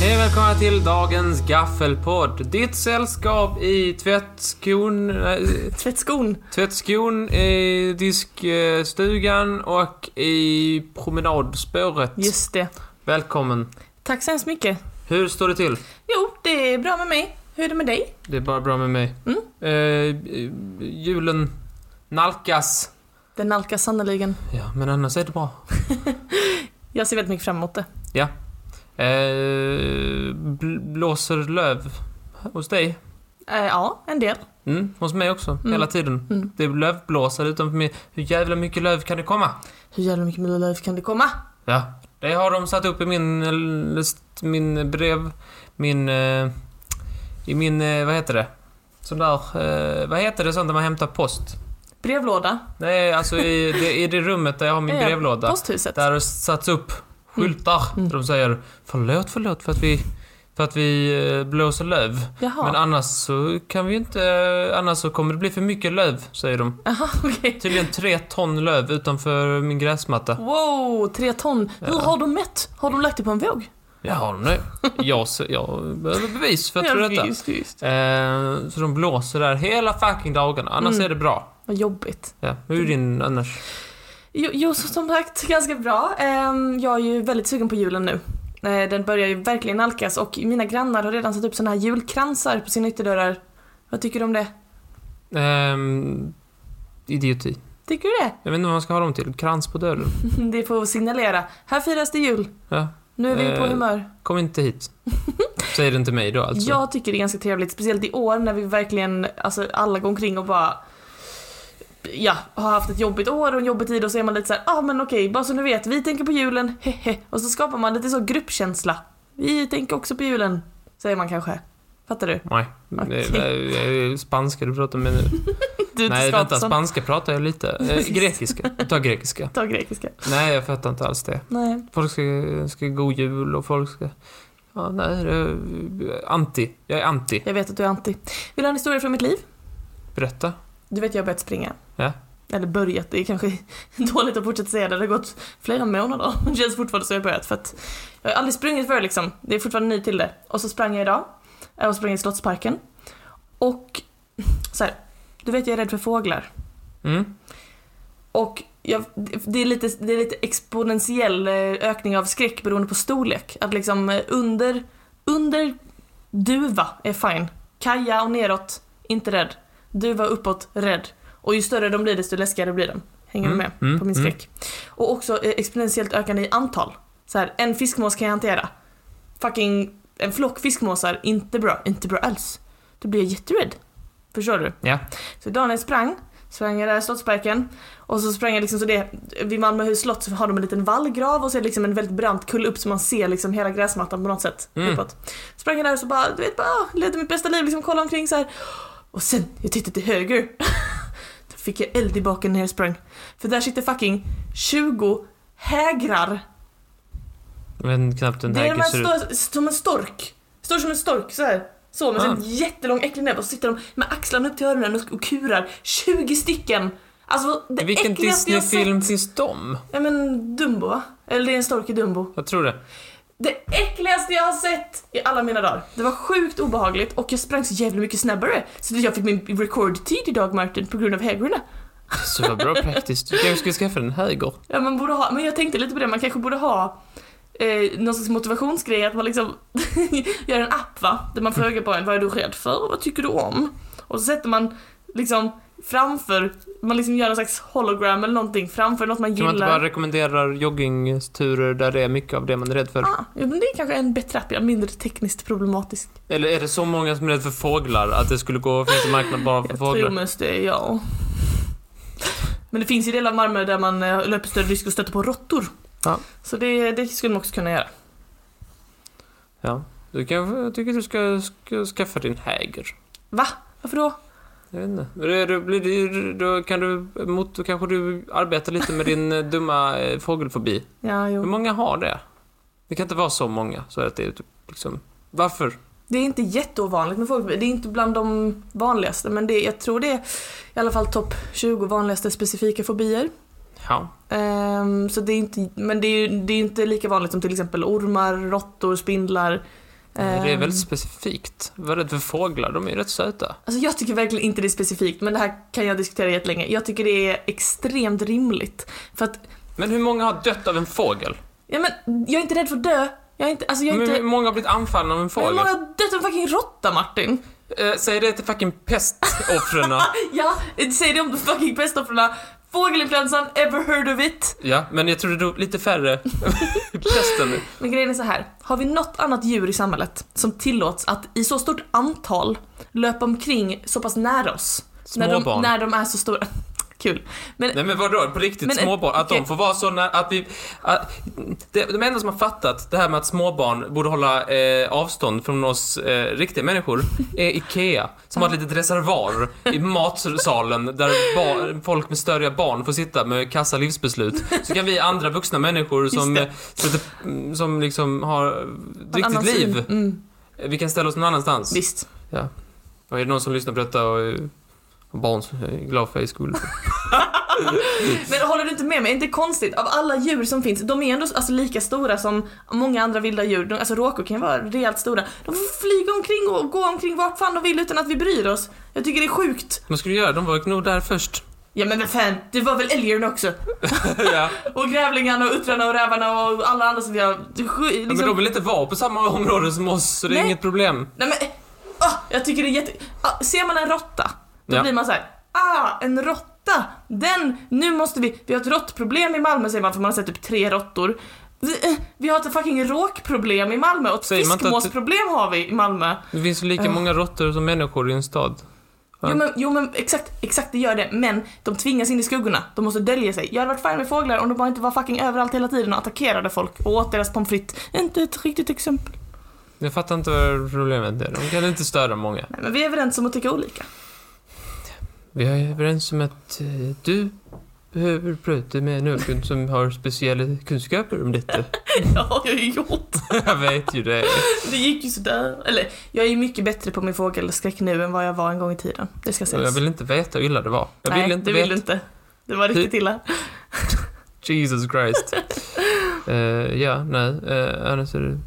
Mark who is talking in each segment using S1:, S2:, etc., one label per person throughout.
S1: Hej och välkomna till dagens gaffelpodd. Ditt sällskap i tvättskon... eh,
S2: Tvättskon.
S1: Tvättskon, i diskstugan och i promenadspåret.
S2: Just det.
S1: Välkommen.
S2: Tack så hemskt mycket.
S1: Hur står det till?
S2: Jo, det är bra med mig. Hur är det med dig?
S1: Det är bara bra med mig.
S2: Mm.
S1: Eh, eh, julen nalkas.
S2: Den nalkas sannerligen.
S1: Ja, men annars är det bra.
S2: Jag ser väldigt mycket fram emot det.
S1: Eh, bl- blåser löv hos dig?
S2: Eh, ja, en del.
S1: Mm, hos mig också.
S2: Mm.
S1: Hela tiden.
S2: Mm.
S1: Det är lövblåsare utanför mig. Hur jävla mycket löv kan det komma?
S2: Hur jävla mycket Mila Lööf kan det komma?
S1: Ja, det har de satt upp i min, eh, list- min brev... Min... eh, I min... eh, Vad heter det? Sån där... eh, Vad heter det sånt där man hämtar post?
S2: Brevlåda.
S1: Nej, alltså i det, i det rummet där jag har min
S2: Ja, ja.
S1: brevlåda.
S2: Posthuset.
S1: Där har det satts upp skyltar
S2: Mm.
S1: där de säger förlåt, förlåt för att vi, för att vi eh, blåser löv.
S2: Jaha.
S1: Men annars så kan vi inte, eh, annars så kommer det bli för mycket löv, säger de.
S2: Aha, okej.
S1: Tydligen tre ton löv utanför min gräsmatta.
S2: Wow, tre ton. Hur
S1: Ja.
S2: har de mätt? Har de lagt det på en våg?
S1: Jag har dem nu. Jag, ser- jag behöver bevis för att tro
S2: Ja,
S1: detta.
S2: Just, just.
S1: Eh, så de blåser där hela fucking dagarna, annars
S2: Mm.
S1: är det bra.
S2: Vad jobbigt.
S1: Ja, hur är din annars?
S2: Jo, jo så- som sagt, ganska bra. Ehm, Jag är ju väldigt sugen på julen nu. Eh, Den börjar ju verkligen nalkas och mina grannar har redan satt upp såna här julkransar på sina ytterdörrar. Vad tycker du om det?
S1: Ehm, idioti.
S2: Tycker du det?
S1: Jag vet inte vad man ska ha dem till. Krans på dörren.
S2: Det får signalera. Här firas det jul.
S1: Ja.
S2: Nu är vi på
S1: Eh,
S2: humör.
S1: Kom inte hit. Säger det inte mig då alltså.
S2: Jag tycker det är ganska trevligt, speciellt i år när vi verkligen, alltså alla går omkring och bara Ja, har haft ett jobbigt år och en jobbig tid och så är man lite såhär, ah men okej, bara så ni vet, vi tänker på julen, hehe. Och så skapar man lite så gruppkänsla. Vi tänker också på julen, säger man kanske. Fattar du?
S1: Nej.
S2: Okej.
S1: Det är- det är spanska du pratar med nu.
S2: Du är
S1: Nej,
S2: inte
S1: vänta.
S2: Svantesson.
S1: Spanska pratar jag lite. Eh,
S2: Precis.
S1: grekiska. Ta grekiska.
S2: Ta grekiska.
S1: Nej, jag fattar inte alls det.
S2: Nej.
S1: Folk ska, ska god jul och folk ska... Ja, nej, det är anti. Jag är anti.
S2: Jag vet att du är anti. Vill du ha en historia från mitt liv?
S1: Berätta.
S2: Du vet jag har börjat springa.
S1: Ja.
S2: Eller börjat, det är kanske dåligt att fortsätta säga det. Det har gått flera månader. Det känns fortfarande som jag har börjat för att jag har aldrig sprungit förr liksom. Det är fortfarande ny till det. Och så sprang jag idag. Jag och sprang i Slottsparken. Och så här, du vet jag är rädd för fåglar.
S1: Mm.
S2: Och jag, det, är lite, det är lite exponentiell eh, ökning av skräck beroende på storlek. Att liksom eh, under, under duva är fine. Kaja och neråt, inte rädd. Duva uppåt, rädd. Och ju större de blir desto läskigare blir de. Hänger du
S1: Mm,
S2: med
S1: mm,
S2: på min
S1: mm.
S2: skräck? Och också eh, exponentiellt ökande i antal. Så här, en fiskmås kan jag hantera. Fucking en flock fiskmåsar, inte bra. Inte bra alls. Då blir jag jätterädd. Förstår du?
S1: Ja.
S2: Så idag när jag sprang, sprang jag där i Slottsparken och så sprang jag liksom så det, vid Malmöhus slott så har de en liten vallgrav och så är det liksom en väldigt brant kulle upp så man ser liksom hela gräsmattan på något sätt
S1: Mm.
S2: uppåt. Sprang jag där och så bara, du vet bara, ah, levde mitt bästa liv, liksom kollade omkring så här. Och sen, jag tittade till höger. Då fick jag eld i baken när jag sprang. För där sitter fucking 20 hägrar.
S1: Jag vet knappt hur en
S2: Det är de
S1: häger
S2: här
S1: ser ut.
S2: stå, som en stork. Står som en stork så här. Så med
S1: Ah.
S2: sin jättelång äcklig näbb och så sitter de med axlarna upp till öronen och- och kurar 20 stycken. Alltså det
S1: I vilken
S2: äckligaste jag sett.
S1: Disney-film finns de?
S2: Ja men Dumbo va? Eller det är en stork i Dumbo.
S1: Jag tror det.
S2: Det äckligaste jag har sett i alla mina dagar. Det var sjukt obehagligt och jag sprang så jävla mycket snabbare så att jag fick min rekordtid idag Martin på grund av hägrarna.
S1: Så Alltså, vad bra praktiskt. Du kanske skulle skaffa en häger.
S2: Ja, man borde ha, men jag tänkte lite på det, man kanske borde ha eh, någon slags motivationsgrej, att man liksom gör en app va, där man frågar på en vad är du rädd för, vad tycker du om? Och så sätter man liksom framför, man liksom gör någon slags hologram eller någonting framför något man
S1: Kan man inte
S2: gillar.
S1: bara rekommendera joggingturer där det är mycket av det man är rädd för?
S2: ah, ja, men det är kanske en bättre app, ja, mindre tekniskt problematisk.
S1: Eller är det så många som är rädda för fåglar att det skulle gå att finnas en marknad bara för
S2: Jag tror
S1: fåglar?
S2: mest det är jag. Men det finns ju delar av Malmö där man eh, löper större risk att stöta på råttor.
S1: Ja.
S2: Så det, det skulle man också kunna göra.
S1: Ja. Du kanske, jag tycker du ska, ska skaffa din häger.
S2: Varför då?
S1: Jag vet inte. Men det- Då, blir det, då, kan du, mot, då kanske du arbetar lite med din eh, dumma eh, fågelfobi.
S2: Ja,
S1: Hur
S2: jo.
S1: många har det? Det kan inte vara så många. Så att det är typ, liksom, varför?
S2: Det är inte jätteovanligt med folk. Det är inte bland de vanligaste men det, jag tror det är i alla fall topp 20 vanligaste specifika fobier.
S1: Ja.
S2: Ehm, så det är inte, men det är, ju- det är inte lika vanligt som till exempel ormar, råttor, spindlar,
S1: Det är
S2: Ehm,
S1: väldigt specifikt. Vad är det för fåglar? De är ju rätt söta.
S2: Alltså jag tycker verkligen inte det är specifikt, men det här kan jag diskutera jättelänge. Jag tycker det är extremt rimligt. För att,
S1: Men hur många har dött av en fågel?
S2: ja men, jag är inte rädd för att dö. Jag är inte, alltså jag är
S1: Men
S2: inte...
S1: Hur många har blivit anfallna av en
S2: Men hur
S1: fågel?
S2: många har dött av en fucking råtta, Martin?
S1: Eh, säg det till fucking pestoffren.
S2: Ja, säg det om de fucking pestoffren. Fågelinfluensan, ever heard of it?
S1: ja, men jag tror det drog lite färre. Pesten.
S2: Men grejen är så här. har vi något annat djur i samhället som tillåts att i så stort antal löpa omkring så pass nära oss?
S1: Små
S2: när de,
S1: barn.
S2: När de är så stora. Kul. Men
S1: Nej men vadå, på riktigt
S2: Men, eh,
S1: småbarn? Att
S2: okej.
S1: de får vara såna, att vi... Att, det, de enda som har fattat det här med att småbarn borde hålla eh, avstånd från oss eh, riktiga människor är IKEA, som har ett litet reservoar i matsalen där ba, folk med större barn får sitta med kassa livsbeslut. Så kan vi andra vuxna människor som,
S2: det.
S1: eh, som, inte- som liksom har ett
S2: en annan
S1: riktigt liv,
S2: syn. Mm,
S1: eh, vi kan ställa oss någon annanstans.
S2: visst.
S1: Och är det någon som lyssnar på detta och eh, har barn så är jag glad för er skull.
S2: Men håller du inte med mig? Är det inte konstigt? Av alla djur som finns, de är ändå alltså, lika stora som många andra vilda djur. De, alltså råkor kan ju vara rejält stora. De får flyga omkring och gå omkring vart fan de vill utan att vi bryr oss. Jag tycker det är sjukt.
S1: Vad ska du göra? De var nog där först.
S2: Ja men vad fan, det var väl älgen också?
S1: ja.
S2: Och grävlingarna och uttrarna och rävarna och alla andra som vi har... det är sju- Liksom...
S1: Men de vill inte vara på samma område som oss, så det är
S2: Nej.
S1: inget problem.
S2: Nej men, ah, jag tycker det är jätte... Ah, ser man en råtta, då
S1: Ja.
S2: blir man så här, ah, en råtta! Den, nu måste vi, vi har ett råttproblem i Malmö säger man för man har sett typ tre råttor. Vi, eh, vi har ett fucking råkproblem i Malmö och ett
S1: Säger man inte att-
S2: fiskmåsproblem har vi i Malmö.
S1: Det finns ju lika
S2: Ja.
S1: många råttor som människor i en stad. Ja.
S2: Jo men, jo men exakt, exakt det gör det, men de tvingas in i skuggorna, de måste dölja sig. Jag hade varit fine med fåglar om de bara inte var fucking överallt hela tiden och attackerade folk och åt deras pommes frites. Inte ett riktigt exempel.
S1: Jag fattar inte vad problemet är. De kan inte störa många.
S2: Nej, men vi är överens om att tycka olika.
S1: Vi är överens om att eh, du behöver prata med någon som har speciella kunskaper om detta.
S2: Ja, jag har ju gjort
S1: Jag vet ju det.
S2: Det gick ju sådär. Eller, jag är ju mycket bättre på min fågelskräck nu än vad jag var en gång i tiden. Det ska
S1: Och Jag
S2: sägas.
S1: vill inte veta hur illa det var. Jag vill
S2: Nej,
S1: inte
S2: det
S1: veta.
S2: vill du inte. Det var riktigt illa.
S1: Jesus Christ. Eh, ja, nej. Uh, annars är det...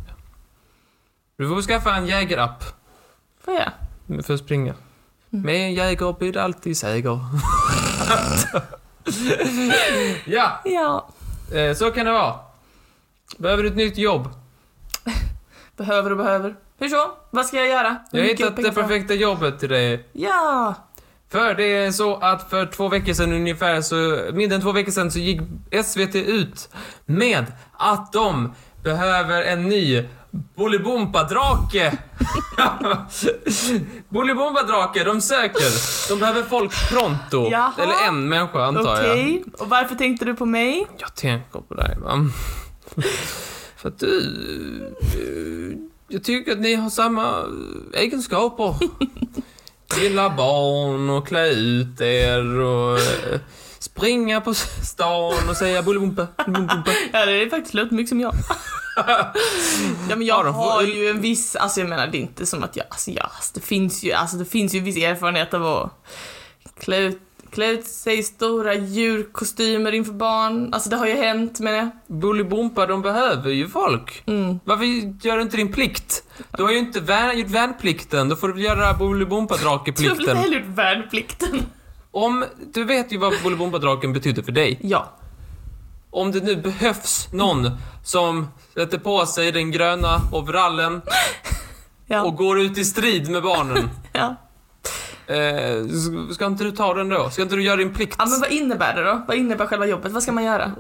S1: Du får skaffa en jägarapp
S2: Får jag?
S1: för att springa.
S2: Mm.
S1: Med en jäger blir det alltid seger. ja,
S2: Ja.
S1: eh, så kan det vara. Behöver du ett nytt jobb?
S2: Behöver och behöver. Hur så? Vad ska jag göra? Hur
S1: Jag har
S2: mycket
S1: hittat
S2: pengar
S1: det
S2: får jag?
S1: perfekta jobbet till dig.
S2: Ja!
S1: För det är så att för två veckor sedan ungefär, så, mindre än två veckor sedan, så gick SVT ut med att de behöver en ny Bolibompa-drake. Bolibompa-drake, de söker. De behöver folk pronto.
S2: Jaha.
S1: Eller en människa antar jag.
S2: Okej. Och varför tänkte du på mig?
S1: Jag tänker på dig va. För att du... eh, Jag tycker att ni har samma egenskaper. Gilla barn och klä ut er och eh, springa på stan och säga bullibumpa, bullibumpa.
S2: Ja, det är faktiskt lite mycket som jag. ja, men jag
S1: Ja, de får-
S2: har ju en viss, alltså jag menar det är inte som att jag, alltså jag, alltså, det finns ju, alltså det finns ju viss erfarenhet av att klä ut, klä ut sig i stora djurkostymer inför barn. Alltså det har ju hänt menar jag.
S1: Bullibumpa, de behöver ju folk.
S2: Mm.
S1: Varför gör du inte din plikt? Du har ju inte värn, gjort värnplikten, då får du göra
S2: Du har väl inte
S1: Bolibompa-drake-plikten.
S2: heller gjort värnplikten?
S1: Om, du vet ju vad Bolibompa-draken betyder för dig.
S2: Ja.
S1: Om det nu behövs någon som sätter på sig den gröna overallen
S2: Ja.
S1: och går ut i strid med barnen.
S2: ja.
S1: Eh, s- ska inte du ta den då? Ska inte du göra din plikt?
S2: Ja men vad innebär det då? Vad innebär själva jobbet? Vad ska man göra?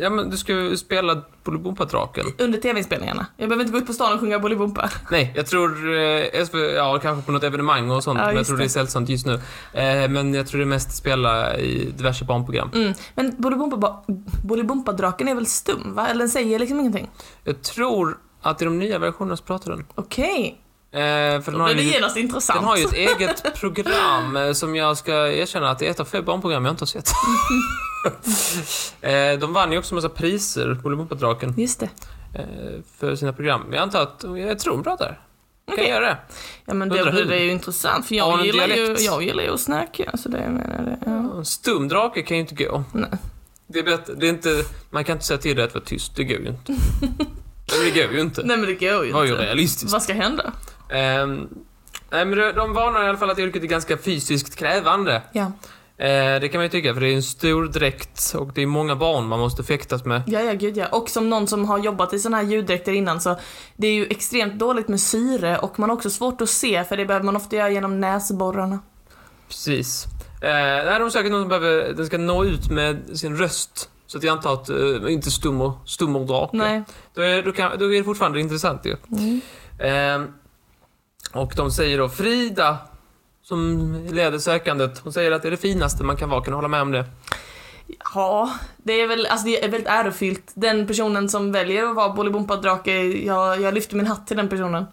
S1: Ja, men du ska ju spela Bolibompa-draken.
S2: Under tv-inspelningarna? Jag behöver inte gå ut på stan och sjunga Bolibompa.
S1: Nej, jag tror... Eh, SV, ja, kanske på något evenemang och sånt,
S2: Ja,
S1: men jag
S2: just
S1: tror det är
S2: det.
S1: sällsamt just nu. Eh, men jag tror det är mest spela i diverse barnprogram.
S2: Mm. Men Bolibompa ba- Bolibompa-draken är väl stum va? Eller den säger liksom ingenting?
S1: Jag tror att i de nya versionerna så pratar den.
S2: Okej.
S1: Eh, för den
S2: Då
S1: har ju
S2: blir det
S1: lite-
S2: genast intressant.
S1: Den har ju ett eget program eh, som jag ska erkänna att det är ett av fler barnprogram jag inte har sett. Eh, De vann ju också massa priser, Bolibompa-draken,
S2: Just det.
S1: eh, för sina program. Men jag antar att, jag tror de pratar. Kan jag
S2: Okej.
S1: göra det?
S2: Ja men det
S1: Undrar
S2: blir
S1: hur?
S2: det ju intressant för
S1: Har
S2: jag,
S1: den
S2: gillar ju,
S1: dialekt?
S2: jag gillar ju att snacka så det menar jag. Ja.
S1: En Stum drake kan ju inte gå.
S2: Nej.
S1: Det är bättre, det är inte, man kan inte säga till det att vara tyst, det går ju inte. Det går ju inte.
S2: Nej men det går ju
S1: Det var ju
S2: inte.
S1: realistiskt.
S2: Vad ska hända?
S1: Ehm, nej, men de- de varnar i alla fall att yrket är ganska fysiskt krävande.
S2: Ja.
S1: Eh, det kan man ju tycka, för det är en stor dräkt och det är många barn man måste fäktas med.
S2: Ja, ja, gud ja. Och som någon som har jobbat i såna här ljuddräkter innan så det är ju extremt dåligt med syre och man har också svårt att se för det behöver man ofta göra genom näsborrarna.
S1: Precis. Eh, nej, de söker någon som behöver, den ska nå ut med sin röst. Så att jag antar att, eh, inte stummer, stummer drake.
S2: Nej.
S1: Då är, då, kan, då är det fortfarande intressant ju.
S2: Mm.
S1: Ehm, och de säger då Frida, som leder sökandet, hon säger att det är det finaste man kan vara, kan du hålla med om det?
S2: Ja, det är väl alltså det är väldigt ärofyllt. Den personen som väljer att vara Bolibompa-drake, jag, jag lyfter min hatt till den personen.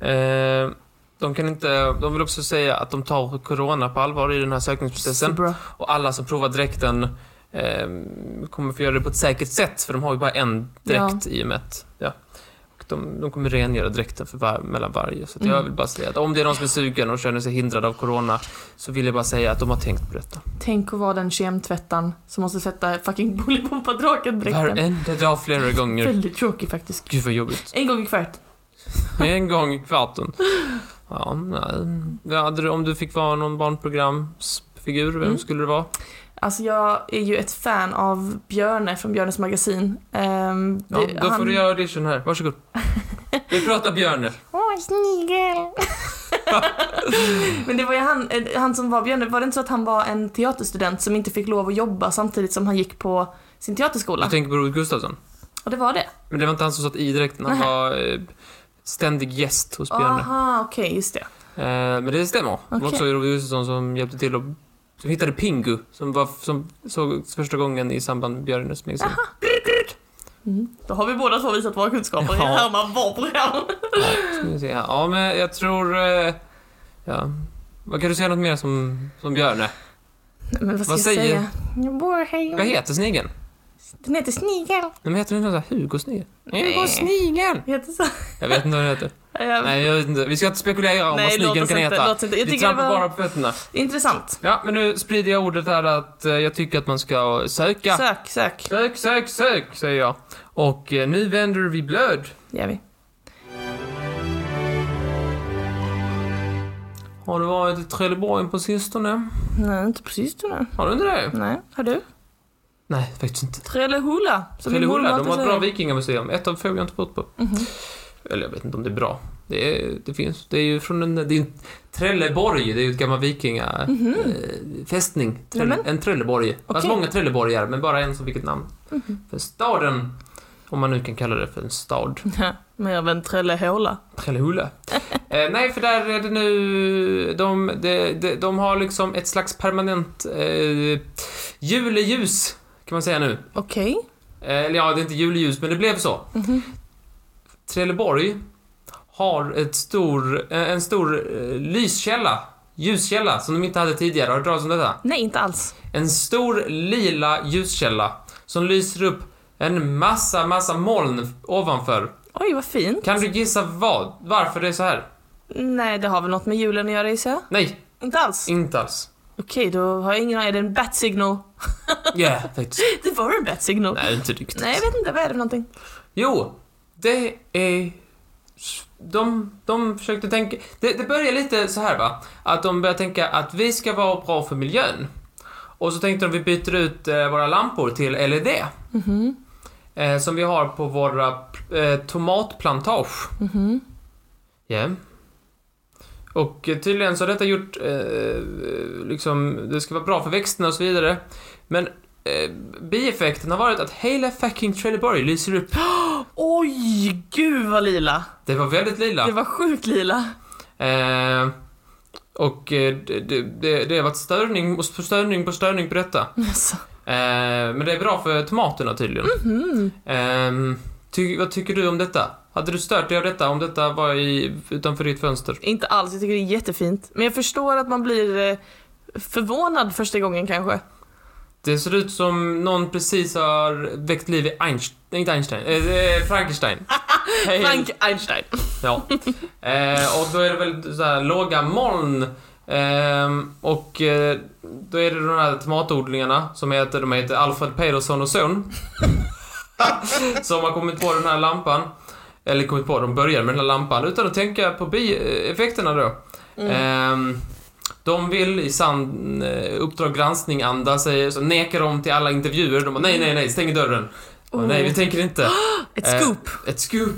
S1: Ehm, de kan inte, de vill också säga att de tar corona på allvar i den här sökningsprocessen.
S2: Bra.
S1: Och alla som provar dräkten ehm, kommer få göra det på ett säkert sätt, för de har ju bara en dräkt i och med att, ja. Och de, de kommer rengöra dräkten för var, mellan varje. Så att jag
S2: Mm.
S1: vill bara säga att om det är någon som är sugen och känner sig hindrad av corona så vill jag bara säga att de har tänkt på detta.
S2: Tänk att vara den kemtvättaren som måste tvätta fucking Bolibompa-draken-dräkten.
S1: Varenda dag flera gånger.
S2: Väldigt tråkig faktiskt.
S1: Gud vad jobbigt.
S2: En gång i kvärt.
S1: En gång i kvarten. Ja, nej. Ja, hade du- om du fick vara någon barnprogramsfigur, vem
S2: Mm.
S1: skulle du vara?
S2: Alltså jag är ju ett fan av Björne från Björnes magasin. Ehm,
S1: Ja,
S2: det-
S1: då får
S2: han-
S1: du göra audition här. Varsågod. Vi pratar björne.
S2: Åh, snigel! Men det var ju han, eh, han som var Björn, var det inte så att han var en teaterstudent som inte fick lov att jobba samtidigt som han gick på sin
S1: Du
S2: teaterskola?
S1: tänker på Robert Gustafsson?
S2: Och det var det?
S1: Men det var inte han som satt i dräkten, han
S2: Nej.
S1: var eh, ständig gäst hos Björne.
S2: Aha, okej, just det.
S1: Eh, men det stämmer. Det var
S2: Ah. Okej.
S1: också Robert Gustafsson som hjälpte till och som hittade Pingu, som, var, som såg första gången i samband med Björnes magasin.
S2: Mm. Då har vi båda två visat våra kunskaper
S1: Ja.
S2: i att härma var program.
S1: Ska vi se här. Ja, men jag tror... Eh, ja. Vad kan du säga något mer som, som Björne?
S2: Nej, Men vad ska
S1: Vad
S2: jag
S1: säger-
S2: säga? Jag bor här.
S1: Vad heter snigeln?
S2: Den heter Snigel.
S1: Nej, men heter den något sånt här Hugo Snigel?
S2: Nej.
S1: Hugo Snigel!
S2: Heter så.
S1: Jag vet inte vad den heter.
S2: Jag-
S1: Nej, jag vet inte. Vi ska inte spekulera om
S2: Nej,
S1: vad snigeln
S2: låt oss
S1: kan
S2: inte-
S1: heta.
S2: låt oss inte. Jag
S1: Vi
S2: tycker det
S1: trampar
S2: var
S1: bara på fötterna.
S2: intressant.
S1: Ja, men nu sprider jag ordet här att eh, jag tycker att man ska söka.
S2: Sök, sök.
S1: Sök, sök, sök, säger jag. Och eh, nu vänder vi blöd.
S2: Gör vi.
S1: Har du varit i Trelleborg på sistone?
S2: Nej, inte precis du nu.
S1: Har du inte det?
S2: Nej, har du?
S1: Nej, faktiskt inte.
S2: Trellehulla, som min mormor
S1: Trelleborg, de
S2: alltid
S1: har ett bra
S2: säger.
S1: vikingamuseum. Ett av få jag inte bott på.
S2: Mhm.
S1: Eller jag vet inte om det är bra. Det, är, det finns. Det är ju från en... Det är ju en Trelleborg, det är ju ett gammal vikinga... Eh, fästning. Trelle,
S2: Mhm. Nämen.
S1: En Trelleborg. Det fanns
S2: Okej.
S1: många Trelleborgar, men bara en som fick ett namn.
S2: Mhm.
S1: För staden, om man nu kan kalla det för en stad.
S2: Ja, mer av en Trellehulla.
S1: Trellehulla. eh, nej, för där är det nu... De, de, de, de har liksom ett slags permanent eh, juleljus, kan man säga nu.
S2: Okej.
S1: Eh, eller ja, det är inte juleljus, men det blev så.
S2: Mhm.
S1: Trelleborg har ett stor, eh, en stor eh, lyskälla, ljuskälla, som de inte hade tidigare. Har du hört talas om detta?
S2: Nej, inte alls.
S1: En stor lila ljuskälla som lyser upp en massa, massa moln ovanför.
S2: Oj, vad fint.
S1: Kan du gissa vad? Varför det är så här?
S2: Nej, det har väl något med julen att göra gissar jag?
S1: Nej,
S2: Inte alls?
S1: Inte alls.
S2: Okej, då har jag ingen aning. Är det en bat-signal?
S1: Ja, faktiskt.
S2: Det var en bat-signal. Nej.
S1: Nej, inte riktigt.
S2: jag vet inte. Vad är det för någonting?
S1: Jo, det är... De, de försökte tänka... Det, det börjar lite så här va, att de börjar tänka att vi ska vara bra för miljön. Och så tänkte de vi byter ut eh, våra lampor till LED.
S2: Mhm.
S1: Eh, som vi har på våra eh, tomatplantage.
S2: Mhm.
S1: Ja. Och eh, tydligen så har detta gjort, eh, liksom, det ska vara bra för växterna och så vidare. Men eh, bieffekten har varit att hela fucking Trelleborg lyser upp.
S2: Oj, gud vad lila.
S1: Det var väldigt lila.
S2: Det var sjukt lila.
S1: Eh, och eh, det, det, det, det har varit störning och störning på störning på detta.
S2: Alltså.
S1: Eh, men det är bra för tomaterna tydligen.
S2: Mm.
S1: Eh, ty, vad tycker du om detta? Hade du stört dig av detta om detta var i, utanför ditt fönster?
S2: Inte alls. Jag tycker det är jättefint. Men jag förstår att man blir eh, förvånad första gången kanske.
S1: Det ser ut som någon precis har väckt liv i Einstein, nej, inte Einstein, eh, eh, Frankenstein. Hej.
S2: Frank Einstein.
S1: Ja. Eh, och då är det väl så här låga moln. Ehm, och eh, då är det de här tomatodlingarna som heter, de heter Alfred Pedersson och son. som har kommit på den här lampan. Eller kommit på, de började med den här lampan utan att tänka på bieffekterna då. Ehm, de vill i sann eh, Uppdrag granskning anda säger, så nekar de till alla intervjuer. De bara, nej, nej, nej, stäng dörren. Och,
S2: Oh.
S1: nej, vi tänker inte.
S2: Ett
S1: Eh,
S2: scoop.
S1: Ett scoop.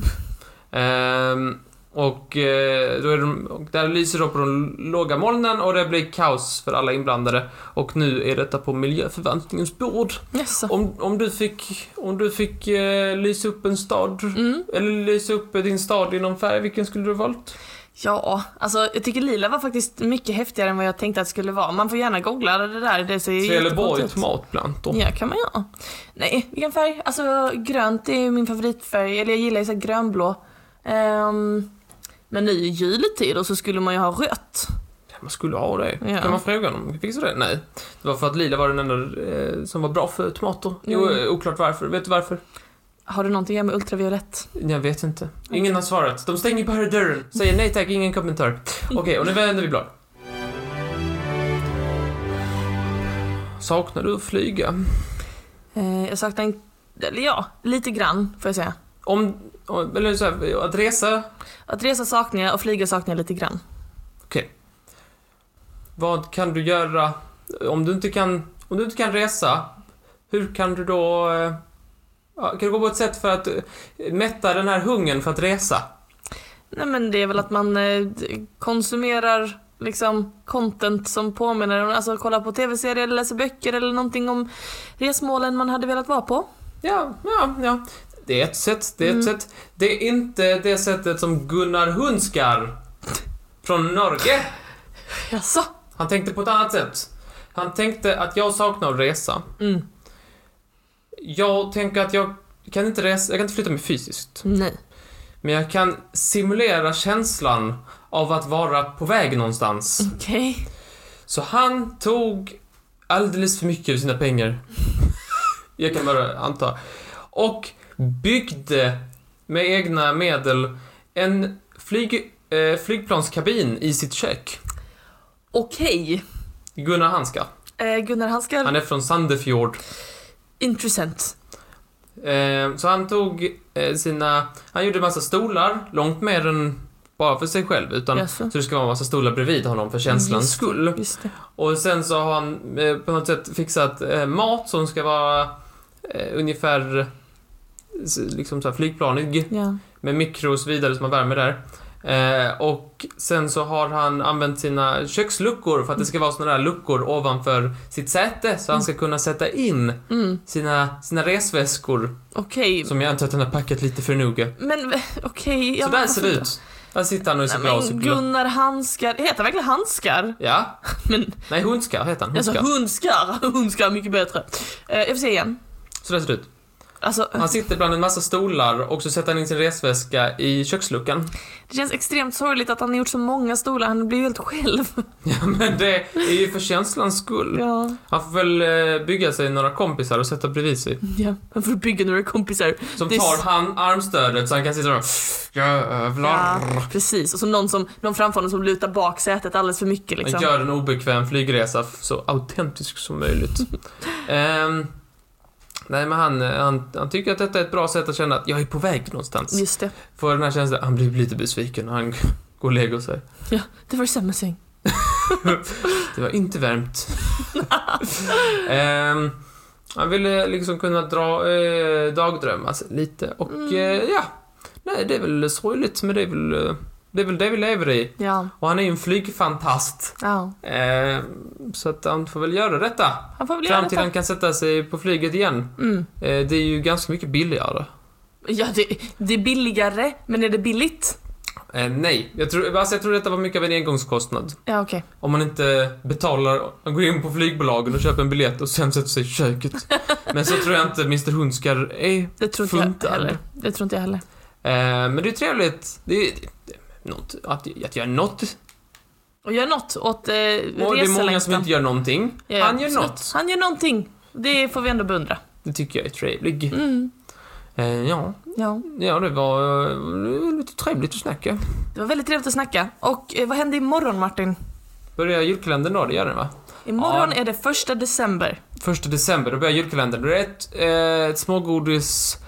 S1: Ehm, och, eh, då är de, och där lyser det upp på de låga molnen och det blir kaos för alla inblandade. Och nu är detta på miljöförvaltningens bord.
S2: Jaså.
S1: Om, om du fick, om du fick eh, lysa upp en stad,
S2: Mm.
S1: eller lysa upp din stad i någon färg, vilken skulle du ha valt?
S2: Ja, alltså jag tycker lila var faktiskt mycket häftigare än vad jag tänkte att det skulle vara. Man får gärna googla det där, det ser ju
S1: Trelleborg
S2: jätteballt ut.
S1: tomatplantor.
S2: Ja, kan man göra. Nej, vilken färg? Alltså grönt är ju min favoritfärg, eller jag gillar ju såhär grönblå. Ehm, men nu i juletid och så skulle man ju ha rött.
S1: Man skulle ha det.
S2: Ja.
S1: Kan man fråga dem? Fixar det? Nej. Det var för att lila var den enda eh, som var bra för tomater. Jo,
S2: Mm.
S1: eh, oklart varför. Vet du varför?
S2: Har det någonting att göra med ultraviolett?
S1: Jag vet inte. Ingen har svarat. De stänger bara dörren. Säger nej tack, ingen kommentar. Okej, och nu vänder vi blad. Saknar du att flyga?
S2: Eh, jag saknar en... Eller ja, lite grann får jag säga.
S1: Om, om eller så här, att resa,
S2: Att resa saknar jag och flyga saknar jag lite grann.
S1: vad kan du göra? Om du inte kan, om du inte kan resa, hur kan du då... eh, ja, Kan du gå på ett sätt för att eh, mätta den här hungern för att resa?
S2: Nej men det är väl att man eh, konsumerar liksom content som påminner om, alltså kolla på tv-serier eller läser böcker eller någonting om resmålen man hade velat vara på.
S1: Ja, ja, ja. Det är ett sätt, det är ett
S2: Mm.
S1: sätt. Det är inte det sättet som Gunnar Hunskar från Norge.
S2: Jaså?
S1: Han tänkte på ett annat sätt. Han tänkte att jag saknar att resa.
S2: Mm.
S1: Jag tänker att jag kan inte resa, jag kan inte flytta mig fysiskt.
S2: Nej.
S1: Men jag kan simulera känslan av att vara på väg någonstans.
S2: Okej.
S1: Så han tog alldeles för mycket av sina pengar. Jag kan bara anta. Och byggde med egna medel en flyg, eh, flygplanskabin i sitt kök.
S2: Okej.
S1: Gunnar Hanska.
S2: Eh, Gunnar Hanskar,
S1: Han är från Sandefjord.
S2: intressant.
S1: Eh, så han tog eh, sina... Han gjorde massa stolar, långt mer än bara för sig själv. Utan
S2: Jaså?
S1: så det ska vara massa stolar bredvid honom för känslans
S2: Just det,
S1: skull.
S2: Just det.
S1: Och sen så har han eh, på något sätt fixat eh, mat som ska vara eh, ungefär eh, s- liksom så här flygplanig
S2: Ja.
S1: med mikro och så vidare som man värmer där. Eh, och sen så har han använt sina köksluckor för att det ska vara sådana där luckor ovanför sitt säte så han ska kunna sätta in
S2: Mm.
S1: sina, sina resväskor
S2: Okej.
S1: som jag antar att han har packat lite för noga.
S2: Men v- okej.
S1: Så
S2: ja,
S1: där
S2: men
S1: ser det
S2: varför
S1: ut. Där sitter han och är så
S2: inte?
S1: bra och
S2: Nej,
S1: så
S2: men
S1: glad.
S2: Gunnar Hanskar, heter han verkligen Hanskar?
S1: Ja.
S2: Men-
S1: Nej, hundskar heter han.
S2: Alltså
S1: Hundskar.
S2: hundskar, hundskar är mycket bättre. Eh, jag får se igen.
S1: Så där ser det ut.
S2: Alltså,
S1: Han sitter bland en massa stolar och så sätter han in sin resväska i köksluckan.
S2: Det känns extremt sorgligt att han har gjort så många stolar, han blir ju helt själv.
S1: Ja, men det är ju för känslans skull.
S2: Ja,
S1: Han får väl eh, bygga sig några kompisar och sätta bredvid sig.
S2: ja. Man får bygga några kompisar.
S1: Som
S2: Det är
S1: tar
S2: s-
S1: han armstödet så han kan sitta och... Jävlar.
S2: Ja, precis. Och så någon, som, någon framför honom som lutar bak sätet alldeles för mycket liksom.
S1: Gör en obekväm flygresa f- så autentisk som möjligt. Ehm, nej, men han, eh, han, han tycker att detta är ett bra sätt att känna att jag är på väg någonstans.
S2: Just det.
S1: Får den här känslan, han blir lite besviken och han går och lägger sig.
S2: Det var samma säng.
S1: Det var inte varmt. Ehm, han ville liksom kunna dra eh, dagdrömma sig lite och
S2: Mm.
S1: eh, ja, nej det är väl sorgligt men det är väl eh, det är väl det vi lever i.
S2: Ja.
S1: Och han är ju en flygfantast.
S2: ja.
S1: Ehm, så att han får väl göra detta.
S2: Han får väl göra
S1: Fram till
S2: detta.
S1: han kan sätta sig på flyget igen.
S2: Mm.
S1: Eh, det är ju ganska mycket billigare.
S2: Ja, det, det är billigare, men är det billigt?
S1: Eh, nej, jag tror, alltså jag tror detta var mycket av en engångskostnad.
S2: Ja, okej.
S1: Om man inte betalar, man går in på flygbolagen och köper en biljett och sen sätter sig i köket. Men så tror jag inte Mr Hundskar är.
S2: Det tror inte
S1: Funtad.
S2: jag heller. Det tror inte jag heller.
S1: Eh, men det är trevligt. Det är, det är något, att, att göra något.
S2: Och gör något åt eh,
S1: Och det är många som
S2: reselängtan.
S1: inte gör någonting.
S2: Ja, ja,
S1: Han gör
S2: absolut.
S1: något.
S2: Han gör någonting. Det får vi ändå beundra.
S1: Det tycker jag är trevligt.
S2: Mm.
S1: Eh, ja,
S2: Ja.
S1: ja, det var eh, lite trevligt att snacka.
S2: Det var väldigt trevligt att snacka. Och eh, vad händer imorgon Martin?
S1: Börjar julkalendern då? Det gör den va?
S2: Imorgon
S1: Ja.
S2: är det första december.
S1: Första december, då börjar julkalendern. Det är ett, eh, ett smågodis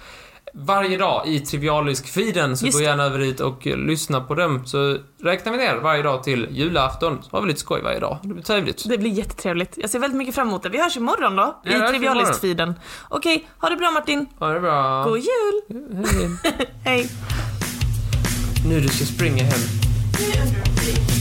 S1: varje dag i Trivialisk-feeden, så
S2: Just
S1: gå
S2: det.
S1: gärna över dit och eh, lyssna på dem. Så räknar vi ner varje dag till julafton, så har vi lite skoj varje dag. Det blir trevligt.
S2: Det blir jättetrevligt. Jag ser väldigt mycket fram emot det. Vi hörs imorgon då,
S1: vi hörs
S2: i Trivialist-feeden. Okej, ha det bra Martin.
S1: Ha det bra.
S2: God jul!
S1: Hej.
S2: Hej!
S1: Nu du ska springa hem.
S2: Nu är jag